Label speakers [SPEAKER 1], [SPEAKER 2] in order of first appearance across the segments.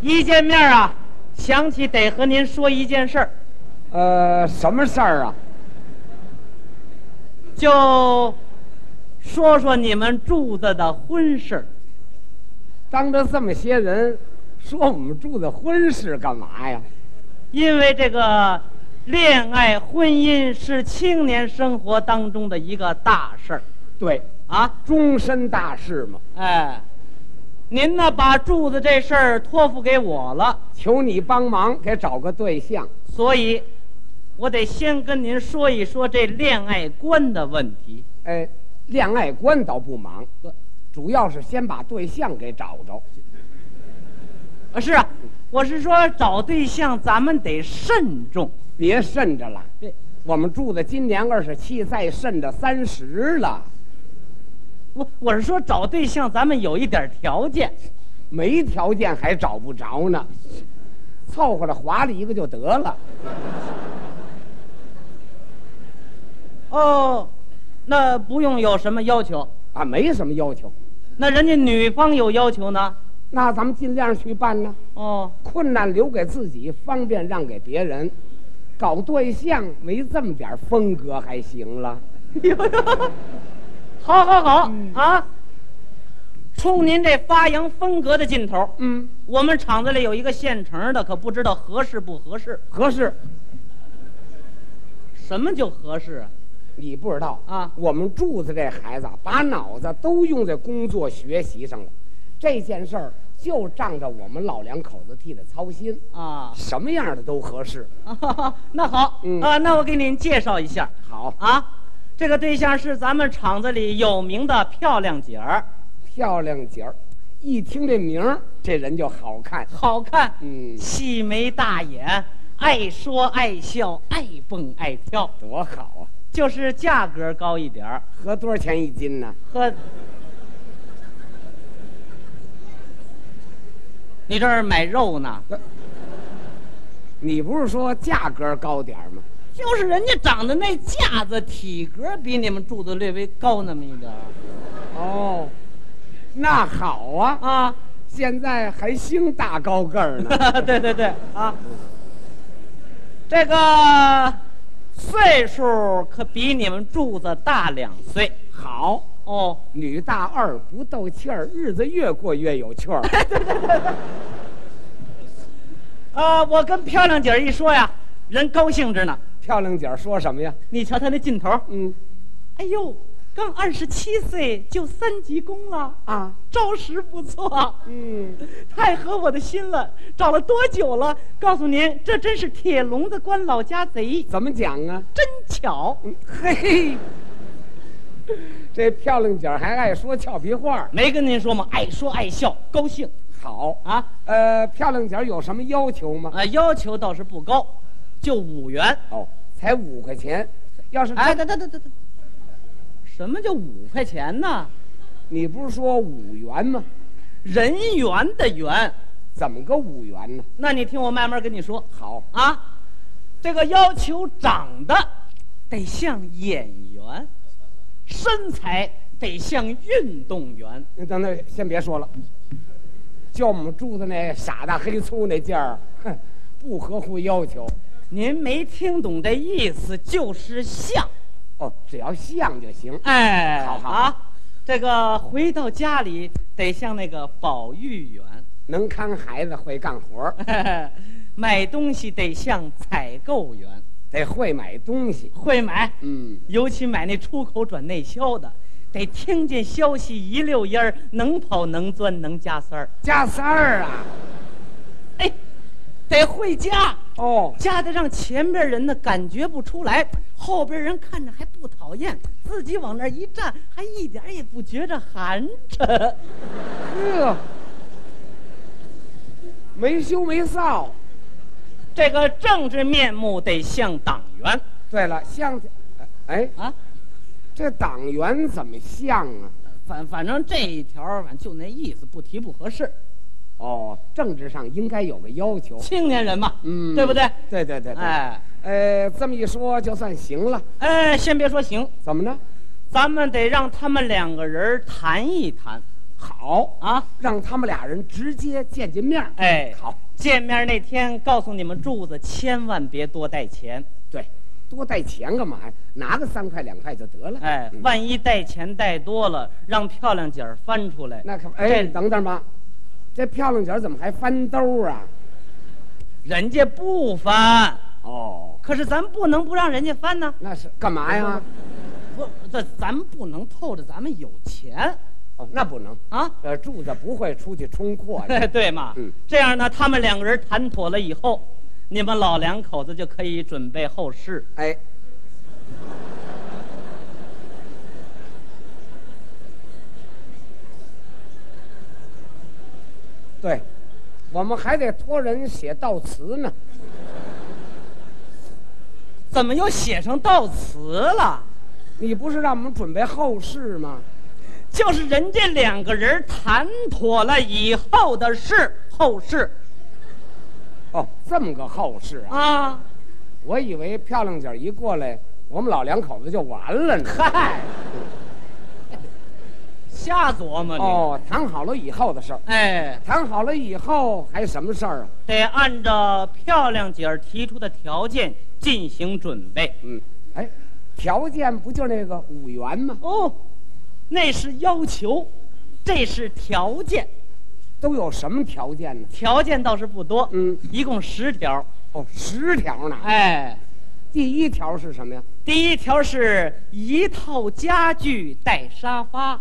[SPEAKER 1] 一见面啊，想起得和您说一件事儿，
[SPEAKER 2] 呃，什么事儿啊？
[SPEAKER 1] 就说说你们柱子的婚事儿。
[SPEAKER 2] 当着这么些人说我们住的婚事干嘛呀？
[SPEAKER 1] 因为这个恋爱婚姻是青年生活当中的一个大事儿
[SPEAKER 2] 对，
[SPEAKER 1] 啊，
[SPEAKER 2] 终身大事嘛，
[SPEAKER 1] 哎，您呢把柱子这事儿托付给我了，
[SPEAKER 2] 求你帮忙给找个对象。
[SPEAKER 1] 所以，我得先跟您说一说这恋爱观的问题。
[SPEAKER 2] 哎，恋爱观倒不忙，主要是先把对象给找着。
[SPEAKER 1] 啊，是啊，我是说找对象咱们得慎重。
[SPEAKER 2] 别慎着了，
[SPEAKER 1] 对，
[SPEAKER 2] 我们住的今年二十七，再慎着三十了，
[SPEAKER 1] 我我是说找对象咱们有一点条件。
[SPEAKER 2] 没条件还找不着呢，凑合着划了一个就得了。
[SPEAKER 1] 哦，那不用有什么要求，
[SPEAKER 2] 啊，没什么要求，
[SPEAKER 1] 那人家女方有要求呢。
[SPEAKER 2] 那咱们尽量去办呢。
[SPEAKER 1] 哦，
[SPEAKER 2] 困难留给自己，方便让给别人。搞对象没这么点风格还行了，
[SPEAKER 1] 好好好、啊！冲您这发扬风格的劲头，
[SPEAKER 2] 嗯，
[SPEAKER 1] 我们厂子里有一个现成的，可不知道合适不合适。
[SPEAKER 2] 合适。
[SPEAKER 1] 什么叫合适啊？
[SPEAKER 2] 你不知道
[SPEAKER 1] 啊
[SPEAKER 2] 我们柱子这孩子啊把脑子都用在工作学习上了，这件事儿就仗着我们老两口子替他操心，
[SPEAKER 1] 啊，
[SPEAKER 2] 什么样的都合适。
[SPEAKER 1] 那好、
[SPEAKER 2] 嗯
[SPEAKER 1] 啊，那我给您介绍一下
[SPEAKER 2] 好，
[SPEAKER 1] 啊，这个对象是咱们厂子里有名的漂亮姐儿，
[SPEAKER 2] 漂亮姐儿，一听这名儿，这人就好看。
[SPEAKER 1] 好看，
[SPEAKER 2] 嗯
[SPEAKER 1] 细眉大眼，爱说爱笑，爱蹦爱跳，
[SPEAKER 2] 多好啊！
[SPEAKER 1] 就是价格高一点儿。
[SPEAKER 2] 合多少钱一斤呢？
[SPEAKER 1] 呵，你这儿买肉呢？
[SPEAKER 2] 你不是说价格高点儿吗？
[SPEAKER 1] 就是人家长得那架子，体格比你们柱子略微高那么一点儿
[SPEAKER 2] 哦，那好啊，
[SPEAKER 1] 啊。
[SPEAKER 2] 现在还兴大高个儿呢。
[SPEAKER 1] 对对对啊，这个岁数可比你们柱子大两岁
[SPEAKER 2] 好，
[SPEAKER 1] 哦。
[SPEAKER 2] 女大二不斗气儿，日子越过越有趣儿。
[SPEAKER 1] 啊，我跟漂亮姐儿一说呀，人高兴着呢。
[SPEAKER 2] 漂亮姐儿说什么呀？
[SPEAKER 1] 你瞧她那劲头儿，
[SPEAKER 2] 嗯
[SPEAKER 1] 哎呦，刚二十七岁就三级工了，
[SPEAKER 2] 啊，
[SPEAKER 1] 着实不错，
[SPEAKER 2] 嗯，
[SPEAKER 1] 太合我的心了。找了多久了？告诉您，这真是铁笼子关老家贼，
[SPEAKER 2] 怎么讲啊？
[SPEAKER 1] 真巧。
[SPEAKER 2] 嗯嘿，这漂亮姐儿还爱说俏皮话儿。
[SPEAKER 1] 没跟您说吗？爱说爱笑，高兴
[SPEAKER 2] 好，
[SPEAKER 1] 啊。
[SPEAKER 2] 呃，漂亮姐儿有什么要求吗？
[SPEAKER 1] 啊，要求倒是不高，就五元。
[SPEAKER 2] 哦，才五块钱。要是
[SPEAKER 1] 哎，
[SPEAKER 2] 她，
[SPEAKER 1] 等等等等等，什么叫五块钱呢？
[SPEAKER 2] 你不是说五元吗？
[SPEAKER 1] 人元的元。
[SPEAKER 2] 怎么个五元呢？
[SPEAKER 1] 那你听我慢慢跟你说
[SPEAKER 2] 好，
[SPEAKER 1] 啊，这个要求长得得像演员，身材得像运动员。
[SPEAKER 2] 那等等，先别说了。就我们住的那傻大黑粗那劲儿，哼，不合乎要求。
[SPEAKER 1] 您没听懂这意思，就是像。
[SPEAKER 2] 哦，只要像就行。
[SPEAKER 1] 哎，
[SPEAKER 2] 好好
[SPEAKER 1] 啊，这个回到家里得像那个保育员。
[SPEAKER 2] 能看孩子，会干活儿，
[SPEAKER 1] 买东西得像采购员，
[SPEAKER 2] 得会买东西。
[SPEAKER 1] 会买，
[SPEAKER 2] 嗯，
[SPEAKER 1] 尤其买那出口转内销的，得听见消息一溜烟儿，能跑能钻能加塞儿。
[SPEAKER 2] 加三儿啊。
[SPEAKER 1] 哎，得会加，
[SPEAKER 2] 哦，
[SPEAKER 1] 加的让前边人呢感觉不出来，后边人看着还不讨厌，自己往那儿一站还一点儿也不觉着寒碜。
[SPEAKER 2] 呵，没羞没臊。
[SPEAKER 1] 这个政治面目得像党员
[SPEAKER 2] 对了，像，哎，
[SPEAKER 1] 啊，
[SPEAKER 2] 这党员怎么像啊？
[SPEAKER 1] 反反正这一条儿反正就那意思，不提不合适。
[SPEAKER 2] 哦，政治上应该有个要求。
[SPEAKER 1] 青年人嘛，
[SPEAKER 2] 嗯，
[SPEAKER 1] 对不对？
[SPEAKER 2] 对对对对。
[SPEAKER 1] 哎，
[SPEAKER 2] 呃，这么一说就算行了。
[SPEAKER 1] 哎，先别说行，
[SPEAKER 2] 怎么呢？
[SPEAKER 1] 咱们得让他们两个人谈一谈。
[SPEAKER 2] 好，
[SPEAKER 1] 啊！
[SPEAKER 2] 让他们俩人直接见见面儿。
[SPEAKER 1] 哎，
[SPEAKER 2] 好，
[SPEAKER 1] 见面那天告诉你们柱子，千万别多带钱。
[SPEAKER 2] 对，多带钱干嘛呀？拿个三块两块就得了。
[SPEAKER 1] 哎，
[SPEAKER 2] 嗯
[SPEAKER 1] 万一带钱带多了，让漂亮姐儿翻出来，
[SPEAKER 2] 那可哎，
[SPEAKER 1] 这
[SPEAKER 2] 等等吧，这漂亮姐儿怎么还翻兜儿啊？
[SPEAKER 1] 人家不翻。
[SPEAKER 2] 哦，
[SPEAKER 1] 可是咱不能不让人家翻呢，
[SPEAKER 2] 那是干嘛呀？
[SPEAKER 1] 不，这咱不能透着咱们有钱
[SPEAKER 2] 哦，那不能，
[SPEAKER 1] 啊。
[SPEAKER 2] 呃，柱子不会出去冲阔的。
[SPEAKER 1] 对嘛？
[SPEAKER 2] 嗯
[SPEAKER 1] 这样呢，他们两个人谈妥了以后，你们老两口子就可以准备后事。
[SPEAKER 2] 哎，对，我们还得托人写悼词呢。
[SPEAKER 1] 怎么又写上悼词了？
[SPEAKER 2] 你不是让我们准备后事吗？
[SPEAKER 1] 就是人家两个人谈妥了以后的事，后事
[SPEAKER 2] 哦，这么个后事啊！
[SPEAKER 1] 啊。
[SPEAKER 2] 我以为漂亮姐儿一过来，我们老两口子就完了 呢。
[SPEAKER 1] 嗨，瞎琢磨你。
[SPEAKER 2] 哦，谈好了以后的事儿，
[SPEAKER 1] 哎，
[SPEAKER 2] 谈好了以后还什么事儿啊？
[SPEAKER 1] 得按照漂亮姐儿提出的条件进行准备。
[SPEAKER 2] 嗯，哎，条件不就那个五元吗？
[SPEAKER 1] 哦，那是要求，这是条件。
[SPEAKER 2] 都有什么条件呢？
[SPEAKER 1] 条件倒是不多，
[SPEAKER 2] 嗯，
[SPEAKER 1] 一共十条。
[SPEAKER 2] 哦，十条呢。
[SPEAKER 1] 哎，
[SPEAKER 2] 第一条是什么呀？
[SPEAKER 1] 第一条是一套家具带沙发，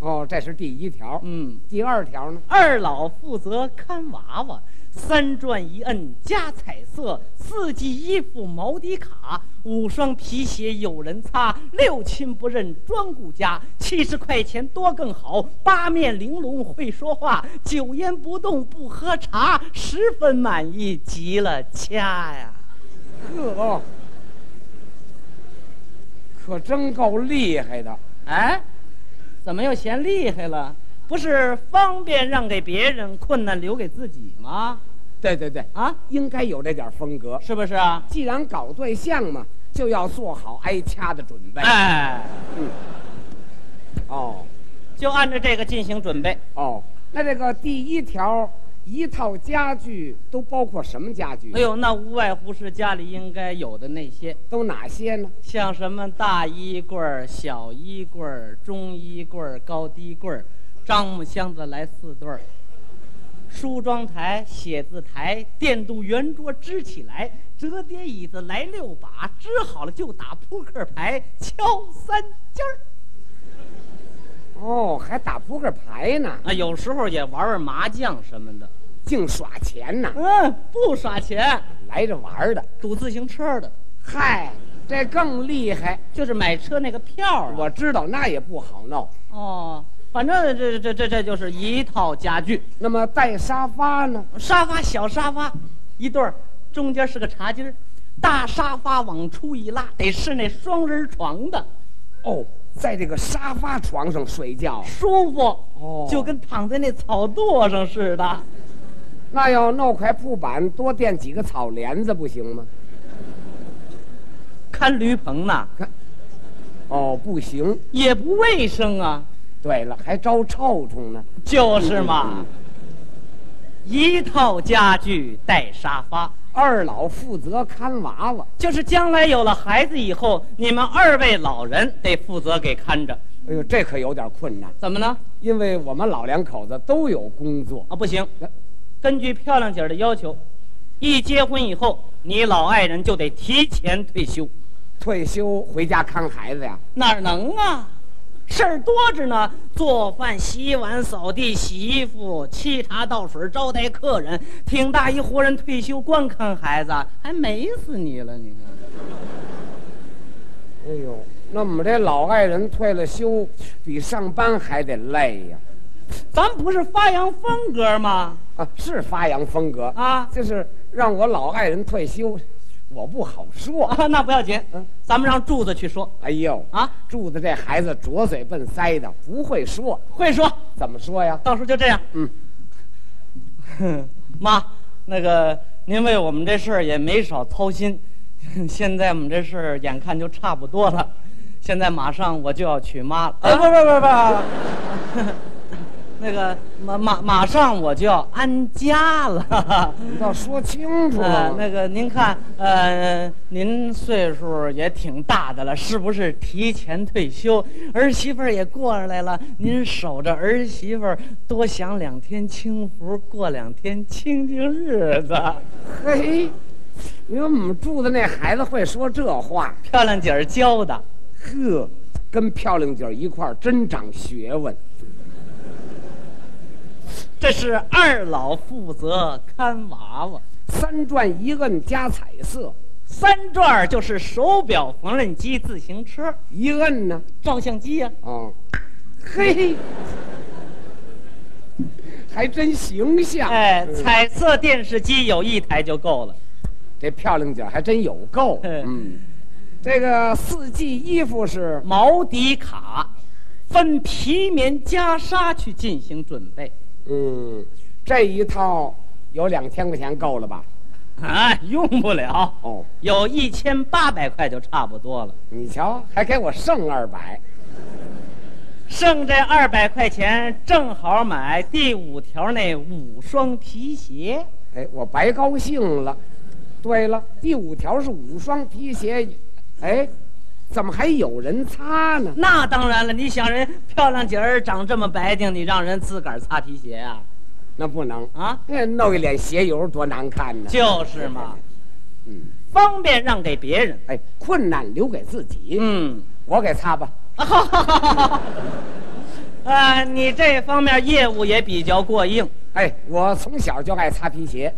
[SPEAKER 2] 哦，这是第一条。
[SPEAKER 1] 嗯，
[SPEAKER 2] 第二条呢？
[SPEAKER 1] 二老负责看娃娃，三转一摁加彩色，四季衣服毛底卡，五双皮鞋有人擦，六亲不认庄顾家，七十块钱多更好，八面玲珑会说话，九烟不动不喝茶，十分满意极了掐呀！
[SPEAKER 2] 呵、哦，可真够厉害的。
[SPEAKER 1] 哎，怎么又嫌厉害了？不是方便让给别人，困难留给自己吗？
[SPEAKER 2] 对对对，
[SPEAKER 1] 啊，
[SPEAKER 2] 应该有这点风格。
[SPEAKER 1] 是不是啊？
[SPEAKER 2] 既然搞对象嘛，就要做好挨掐的准备。
[SPEAKER 1] 哎，
[SPEAKER 2] 哦
[SPEAKER 1] 就按照这个进行准备。
[SPEAKER 2] 哦，那这个第一条，一套家具都包括什么家具？
[SPEAKER 1] 哎，呦，那无外乎是家里应该有的那些，
[SPEAKER 2] 都哪些呢？
[SPEAKER 1] 像什么大衣柜儿、小衣柜儿、中衣柜儿、高低柜儿，樟木箱子来四对儿，梳妆台、写字台、电镀圆桌支起来，折叠椅子来六把，支好了就打扑克牌，敲三尖儿。
[SPEAKER 2] 哦，还打扑克牌呢，
[SPEAKER 1] 啊，有时候也玩玩麻将什么的。
[SPEAKER 2] 净耍钱呢，
[SPEAKER 1] 嗯，不耍钱，
[SPEAKER 2] 来着玩儿的。
[SPEAKER 1] 赌自行车的，
[SPEAKER 2] 嗨，这更厉害。
[SPEAKER 1] 就是买车那个票、啊。
[SPEAKER 2] 我知道那也不好闹。
[SPEAKER 1] 哦，反正这这这这就是一套家具，
[SPEAKER 2] 那么带沙发呢？
[SPEAKER 1] 沙发小沙发，一对儿，中间是个茶几儿，大沙发往出一拉，得是那双人床的，
[SPEAKER 2] 哦，在这个沙发床上睡觉，
[SPEAKER 1] 舒服
[SPEAKER 2] 哦
[SPEAKER 1] 就跟躺在那草垛上似的。
[SPEAKER 2] 那要弄块铺板，多垫几个草帘子不行吗？
[SPEAKER 1] 看驴棚呢，
[SPEAKER 2] 哦，不行。
[SPEAKER 1] 也不卫生啊，
[SPEAKER 2] 对了，还招臭虫呢。
[SPEAKER 1] 就是嘛。一套家具带沙发，
[SPEAKER 2] 二老负责看娃娃。
[SPEAKER 1] 就是将来有了孩子以后，你们二位老人得负责给看着，
[SPEAKER 2] 哎呦，这可有点困难，
[SPEAKER 1] 怎么呢？
[SPEAKER 2] 因为我们老两口子都有工作。
[SPEAKER 1] 啊，不行，根据漂亮姐儿的要求，一结婚以后，你老爱人就得提前退休，
[SPEAKER 2] 退休回家看孩子呀？
[SPEAKER 1] 哪儿能啊？事儿多着呢，做饭、洗碗、扫地、洗衣服、沏茶倒水、招待客人，挺大一活人退休，光看孩子，还美死你了！你看，
[SPEAKER 2] 哎呦，那我们这老爱人退了休，比上班还得累呀。
[SPEAKER 1] 咱不是发扬风格吗？
[SPEAKER 2] 啊，是发扬风格
[SPEAKER 1] 啊
[SPEAKER 2] 就是让我老爱人退休，我不好说。
[SPEAKER 1] 啊，那不要紧，
[SPEAKER 2] 嗯
[SPEAKER 1] 咱们让柱子去说
[SPEAKER 2] 哎呦，
[SPEAKER 1] 啊，
[SPEAKER 2] 柱子这孩子拙嘴笨腮的，不会说，
[SPEAKER 1] 会说。
[SPEAKER 2] 怎么说呀？
[SPEAKER 1] 到时候就这样。嗯， 妈，那个您为我们这事儿也没少操心， 现在我们这事儿眼看就差不多
[SPEAKER 2] 啊
[SPEAKER 1] 了，现在马上我就要娶妈了。
[SPEAKER 2] 哎，不不不不，
[SPEAKER 1] 那个马马马上我就要安家了。
[SPEAKER 2] 你倒说清楚
[SPEAKER 1] 呃
[SPEAKER 2] 了，。
[SPEAKER 1] 那个您看，呃，您岁数也挺大的了，是不是提前退休？儿媳妇儿也过来了，您守着儿媳妇儿多享两天清福，过两天清静日子。
[SPEAKER 2] 嘿，你说我们住的那孩子会说这话，
[SPEAKER 1] 漂亮姐儿教的，
[SPEAKER 2] 呵，跟漂亮姐儿一块儿真长学问。
[SPEAKER 1] 这是二老负责看娃娃。
[SPEAKER 2] 三转一摁加彩色，
[SPEAKER 1] 三转儿就是手表、缝纫机、自行车、
[SPEAKER 2] 一摁呢，
[SPEAKER 1] 照相机呀、
[SPEAKER 2] 哦，嘿，还真形象。
[SPEAKER 1] 哎，彩色电视机有一台就够了。
[SPEAKER 2] 这漂亮姐儿还真有够。
[SPEAKER 1] 哎
[SPEAKER 2] 嗯，这个四季衣服是
[SPEAKER 1] 毛迪卡，分皮棉袈裟去进行准备。
[SPEAKER 2] 嗯，这一套有两千块钱够了吧？
[SPEAKER 1] 啊，用不了，
[SPEAKER 2] 哦，
[SPEAKER 1] 有一千八百块就差不多了，
[SPEAKER 2] 你瞧，还给我剩二百。
[SPEAKER 1] 剩这二百块钱正好买第五条那五双皮鞋。
[SPEAKER 2] 哎，我白高兴了。对了，第五条是五双皮鞋，哎，怎么还有人擦呢？
[SPEAKER 1] 那当然了，你想人漂亮姐儿长这么白净，你让人自个儿擦皮鞋啊？
[SPEAKER 2] 那不能，
[SPEAKER 1] 啊，
[SPEAKER 2] 那弄一脸鞋油多难看呢。
[SPEAKER 1] 就是嘛，
[SPEAKER 2] 嗯，
[SPEAKER 1] 方便让给别人。
[SPEAKER 2] 哎，困难留给自己，
[SPEAKER 1] 嗯。
[SPEAKER 2] 我给擦吧。
[SPEAKER 1] 啊，你这方面业务也比较过硬。
[SPEAKER 2] 哎，我从小就爱擦 皮鞋。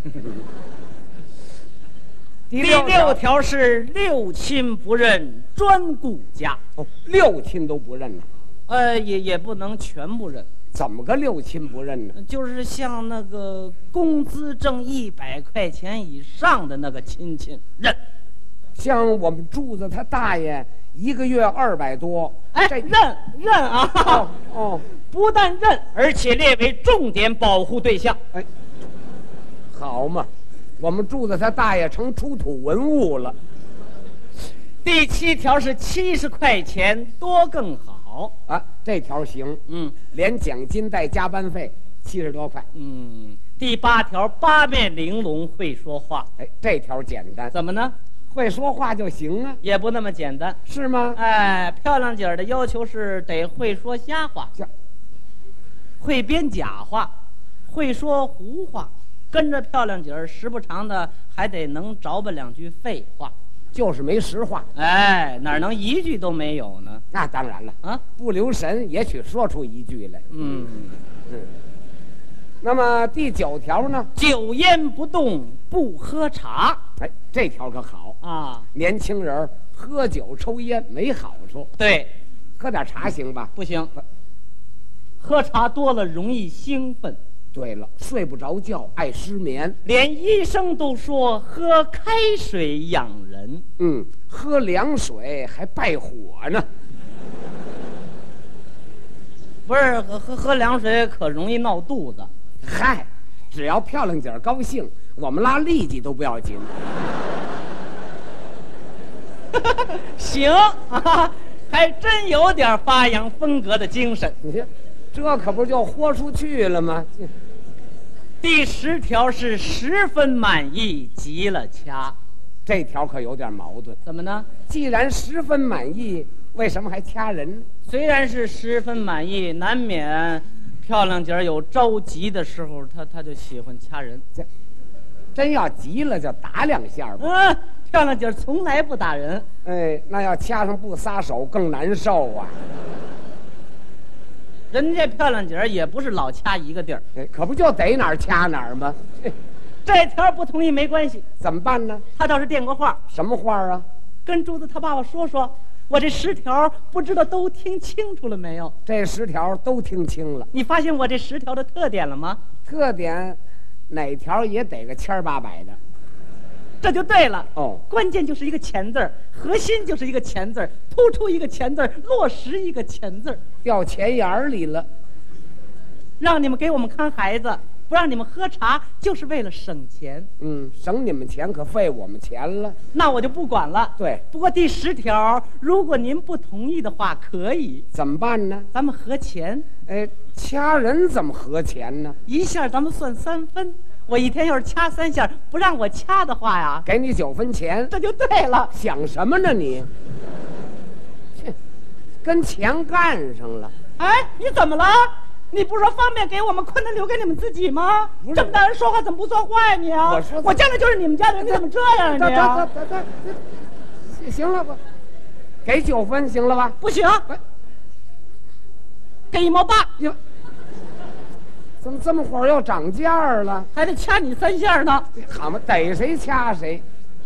[SPEAKER 2] 第
[SPEAKER 1] 第
[SPEAKER 2] 六
[SPEAKER 1] 六
[SPEAKER 2] 条，
[SPEAKER 1] 条是六亲不认，专顾家。
[SPEAKER 2] 哦六亲都不认呢，
[SPEAKER 1] 呃，也也不能全部认，呃
[SPEAKER 2] 怎么个六亲不认呢？
[SPEAKER 1] 就是像那个工资挣一百块钱以上的那个亲戚认。
[SPEAKER 2] 像我们柱子他大爷，一个月二百多，
[SPEAKER 1] 哎，
[SPEAKER 2] 这
[SPEAKER 1] 认认啊
[SPEAKER 2] 哦！哦，
[SPEAKER 1] 不但认，而且列为重点保护对象。
[SPEAKER 2] 哎，好嘛，我们柱子他大爷成出土文物了。
[SPEAKER 1] 第七条是七十块钱多更好。
[SPEAKER 2] 啊，这条行，
[SPEAKER 1] 嗯。
[SPEAKER 2] 连奖金带加班费七十多块。
[SPEAKER 1] 嗯，第八条，八面玲珑会说话，
[SPEAKER 2] 哎，这条简单，
[SPEAKER 1] 怎么呢？
[SPEAKER 2] 会说话就行啊，
[SPEAKER 1] 也不那么简单。
[SPEAKER 2] 是吗？
[SPEAKER 1] 哎，漂亮姐儿的要求是得会说瞎话，
[SPEAKER 2] 这
[SPEAKER 1] 会编假话，会说胡话，跟着漂亮姐儿时不常的还得能着吧两句废话。
[SPEAKER 2] 就是没实话。
[SPEAKER 1] 哎，哪能一句都没有呢？
[SPEAKER 2] 那当然了，
[SPEAKER 1] 啊，
[SPEAKER 2] 不留神也许说出一句来。
[SPEAKER 1] 嗯，
[SPEAKER 2] 那么第九条呢？
[SPEAKER 1] 酒烟不动，不喝茶
[SPEAKER 2] 哎，这条可好，
[SPEAKER 1] 啊。
[SPEAKER 2] 年轻人儿喝酒抽烟没好处，
[SPEAKER 1] 对，
[SPEAKER 2] 喝点茶行吧？
[SPEAKER 1] 不行，喝茶多了容易兴奋。
[SPEAKER 2] 对了，睡不着觉，爱失眠。
[SPEAKER 1] 连医生都说喝开水养人，
[SPEAKER 2] 嗯，喝凉水还败火呢。
[SPEAKER 1] 不是喝喝喝凉水可容易闹肚子。
[SPEAKER 2] 嗨，只要漂亮姐儿高兴，我们拉痢疾都不要紧。
[SPEAKER 1] 行 啊，还真有点发扬风格的精神。
[SPEAKER 2] 你看，这可不就豁出去了吗？
[SPEAKER 1] 第十条是十分满意，极了掐。
[SPEAKER 2] 这条可有点矛盾。
[SPEAKER 1] 怎么呢？
[SPEAKER 2] 既然十分满意，为什么还掐人呢？
[SPEAKER 1] 虽然是十分满意，难免漂亮姐儿有着急的时候，她她就喜欢掐人。
[SPEAKER 2] 真要急了就打两下吧。
[SPEAKER 1] 嗯、漂亮姐儿从来不打人。
[SPEAKER 2] 哎，那要掐上不撒手更难受啊！
[SPEAKER 1] 人家漂亮姐儿也不是老掐一个地儿，
[SPEAKER 2] 哎，可不就逮哪儿掐哪儿吗？ 嘿
[SPEAKER 1] 这条不同意没关系，
[SPEAKER 2] 怎么办呢？
[SPEAKER 1] 他倒是电过话，
[SPEAKER 2] 什么话啊？
[SPEAKER 1] 跟珠子他爸爸说说，我这十条不知道都听清楚了没有？
[SPEAKER 2] 这十条都听清了，
[SPEAKER 1] 你发现我这十条的特点了吗？
[SPEAKER 2] 特点哪条也得个千儿八百的。
[SPEAKER 1] 这就对了。
[SPEAKER 2] 哦
[SPEAKER 1] 关键就是一个“钱”字儿，核心就是一个“钱”字儿，突出一个“钱”字儿，落实一个“钱”字儿，
[SPEAKER 2] 掉钱眼儿里了。
[SPEAKER 1] 让你们给我们看孩子，不让你们喝茶，就是为了省钱。
[SPEAKER 2] 嗯，省你们钱可费我们钱了。
[SPEAKER 1] 那我就不管了。
[SPEAKER 2] 对
[SPEAKER 1] 不过第十条，如果您不同意的话，可以，
[SPEAKER 2] 怎么办呢？
[SPEAKER 1] 咱们合钱，
[SPEAKER 2] 哎，掐人怎么合钱呢？
[SPEAKER 1] 一下咱们算三分。我一天要是掐三下，不让我掐的话呀，
[SPEAKER 2] 给你九分钱，
[SPEAKER 1] 这就对了。
[SPEAKER 2] 想什么呢你？切，跟钱干上了。
[SPEAKER 1] 哎，你怎么了？你不是说方便给我们，困难留给你们自己吗
[SPEAKER 2] 不？是
[SPEAKER 1] 这么大人说话怎么不算话呀你啊？
[SPEAKER 2] 我说
[SPEAKER 1] 将来就是你们家的人，你怎么这样啊
[SPEAKER 2] 这
[SPEAKER 1] 你
[SPEAKER 2] 这
[SPEAKER 1] 啊？
[SPEAKER 2] 这这这这，行了吧？给九分行了吧？
[SPEAKER 1] 不行
[SPEAKER 2] 不，
[SPEAKER 1] 给一毛八
[SPEAKER 2] 哟，怎么这么会儿又涨价了？
[SPEAKER 1] 还得掐你三下呢。
[SPEAKER 2] 好嘛，逮谁掐谁。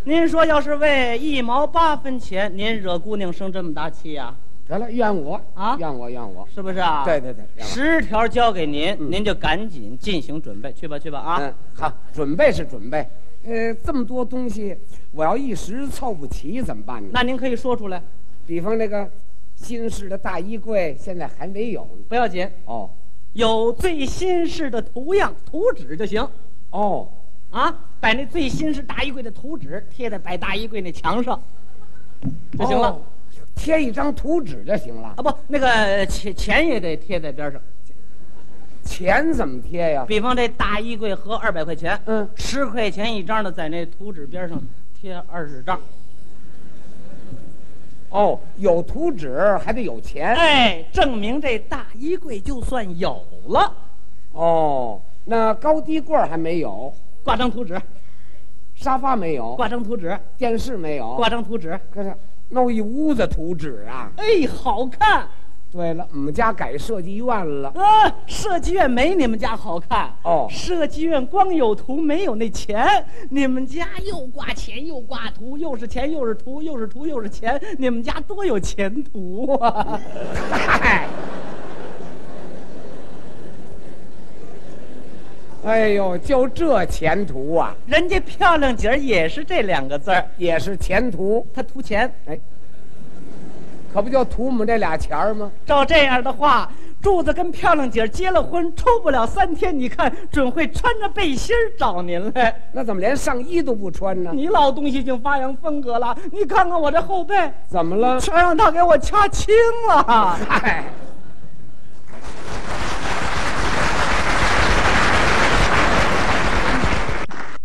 [SPEAKER 1] 您说要是为一毛八分钱，您惹姑娘生这么大气呀、
[SPEAKER 2] 得了，怨我
[SPEAKER 1] 啊
[SPEAKER 2] 怨我怨我。
[SPEAKER 1] 是不是啊？
[SPEAKER 2] 对对对怨我
[SPEAKER 1] 十条交给您，您就赶紧进行准备，去吧去吧啊！
[SPEAKER 2] 嗯，好，准备是准备。呃，这么多东西，我要一时凑不齐怎么办呢？
[SPEAKER 1] 那您可以说出来，
[SPEAKER 2] 比方那个新式的大衣柜，现在还没有呢。
[SPEAKER 1] 不要紧，
[SPEAKER 2] 哦
[SPEAKER 1] 有最新式的图样图纸就行。
[SPEAKER 2] 哦，
[SPEAKER 1] 啊，把那最新式大衣柜的图纸贴在摆大衣柜那墙上，就行了。
[SPEAKER 2] 哦贴一张图纸就行了
[SPEAKER 1] 啊，。不，那个钱钱也得贴在边上。
[SPEAKER 2] 钱怎么贴呀？
[SPEAKER 1] 比方这大衣柜合二百块钱，
[SPEAKER 2] 嗯
[SPEAKER 1] 十块钱一张的，在那图纸边上贴二十张。
[SPEAKER 2] 哦，有图纸还得有钱。
[SPEAKER 1] 哎，证明这大衣柜就算有了，
[SPEAKER 2] 哦，那高低柜儿还没有，
[SPEAKER 1] 挂张图纸，
[SPEAKER 2] 沙发没有，
[SPEAKER 1] 挂张图纸，
[SPEAKER 2] 电视没有，
[SPEAKER 1] 挂张图纸。
[SPEAKER 2] 可是弄一屋子图纸啊。
[SPEAKER 1] 哎，好看。
[SPEAKER 2] 对了，我们家改设计院了。
[SPEAKER 1] 啊，设计院没你们家好看
[SPEAKER 2] 哦
[SPEAKER 1] 设计院光有图没有那钱，你们家又挂钱又挂图，又是钱又是图，又是图又是钱，你们家多有前途啊！
[SPEAKER 2] 嗨，哎呦，就这前途啊，
[SPEAKER 1] 人家漂亮姐儿也是这两个字儿，
[SPEAKER 2] 也是前途。
[SPEAKER 1] 她图钱。
[SPEAKER 2] 哎，可不就图我们这俩钱儿吗？
[SPEAKER 1] 照这样的话，柱子跟漂亮姐儿结了婚，出不了三天，你看准会穿着背心儿找您来。
[SPEAKER 2] 那怎么连上衣都不穿呢？
[SPEAKER 1] 你老东西已经发扬风格了，你看看我这后背，
[SPEAKER 2] 怎么了？
[SPEAKER 1] 全让他给我掐青了。
[SPEAKER 2] 嗨。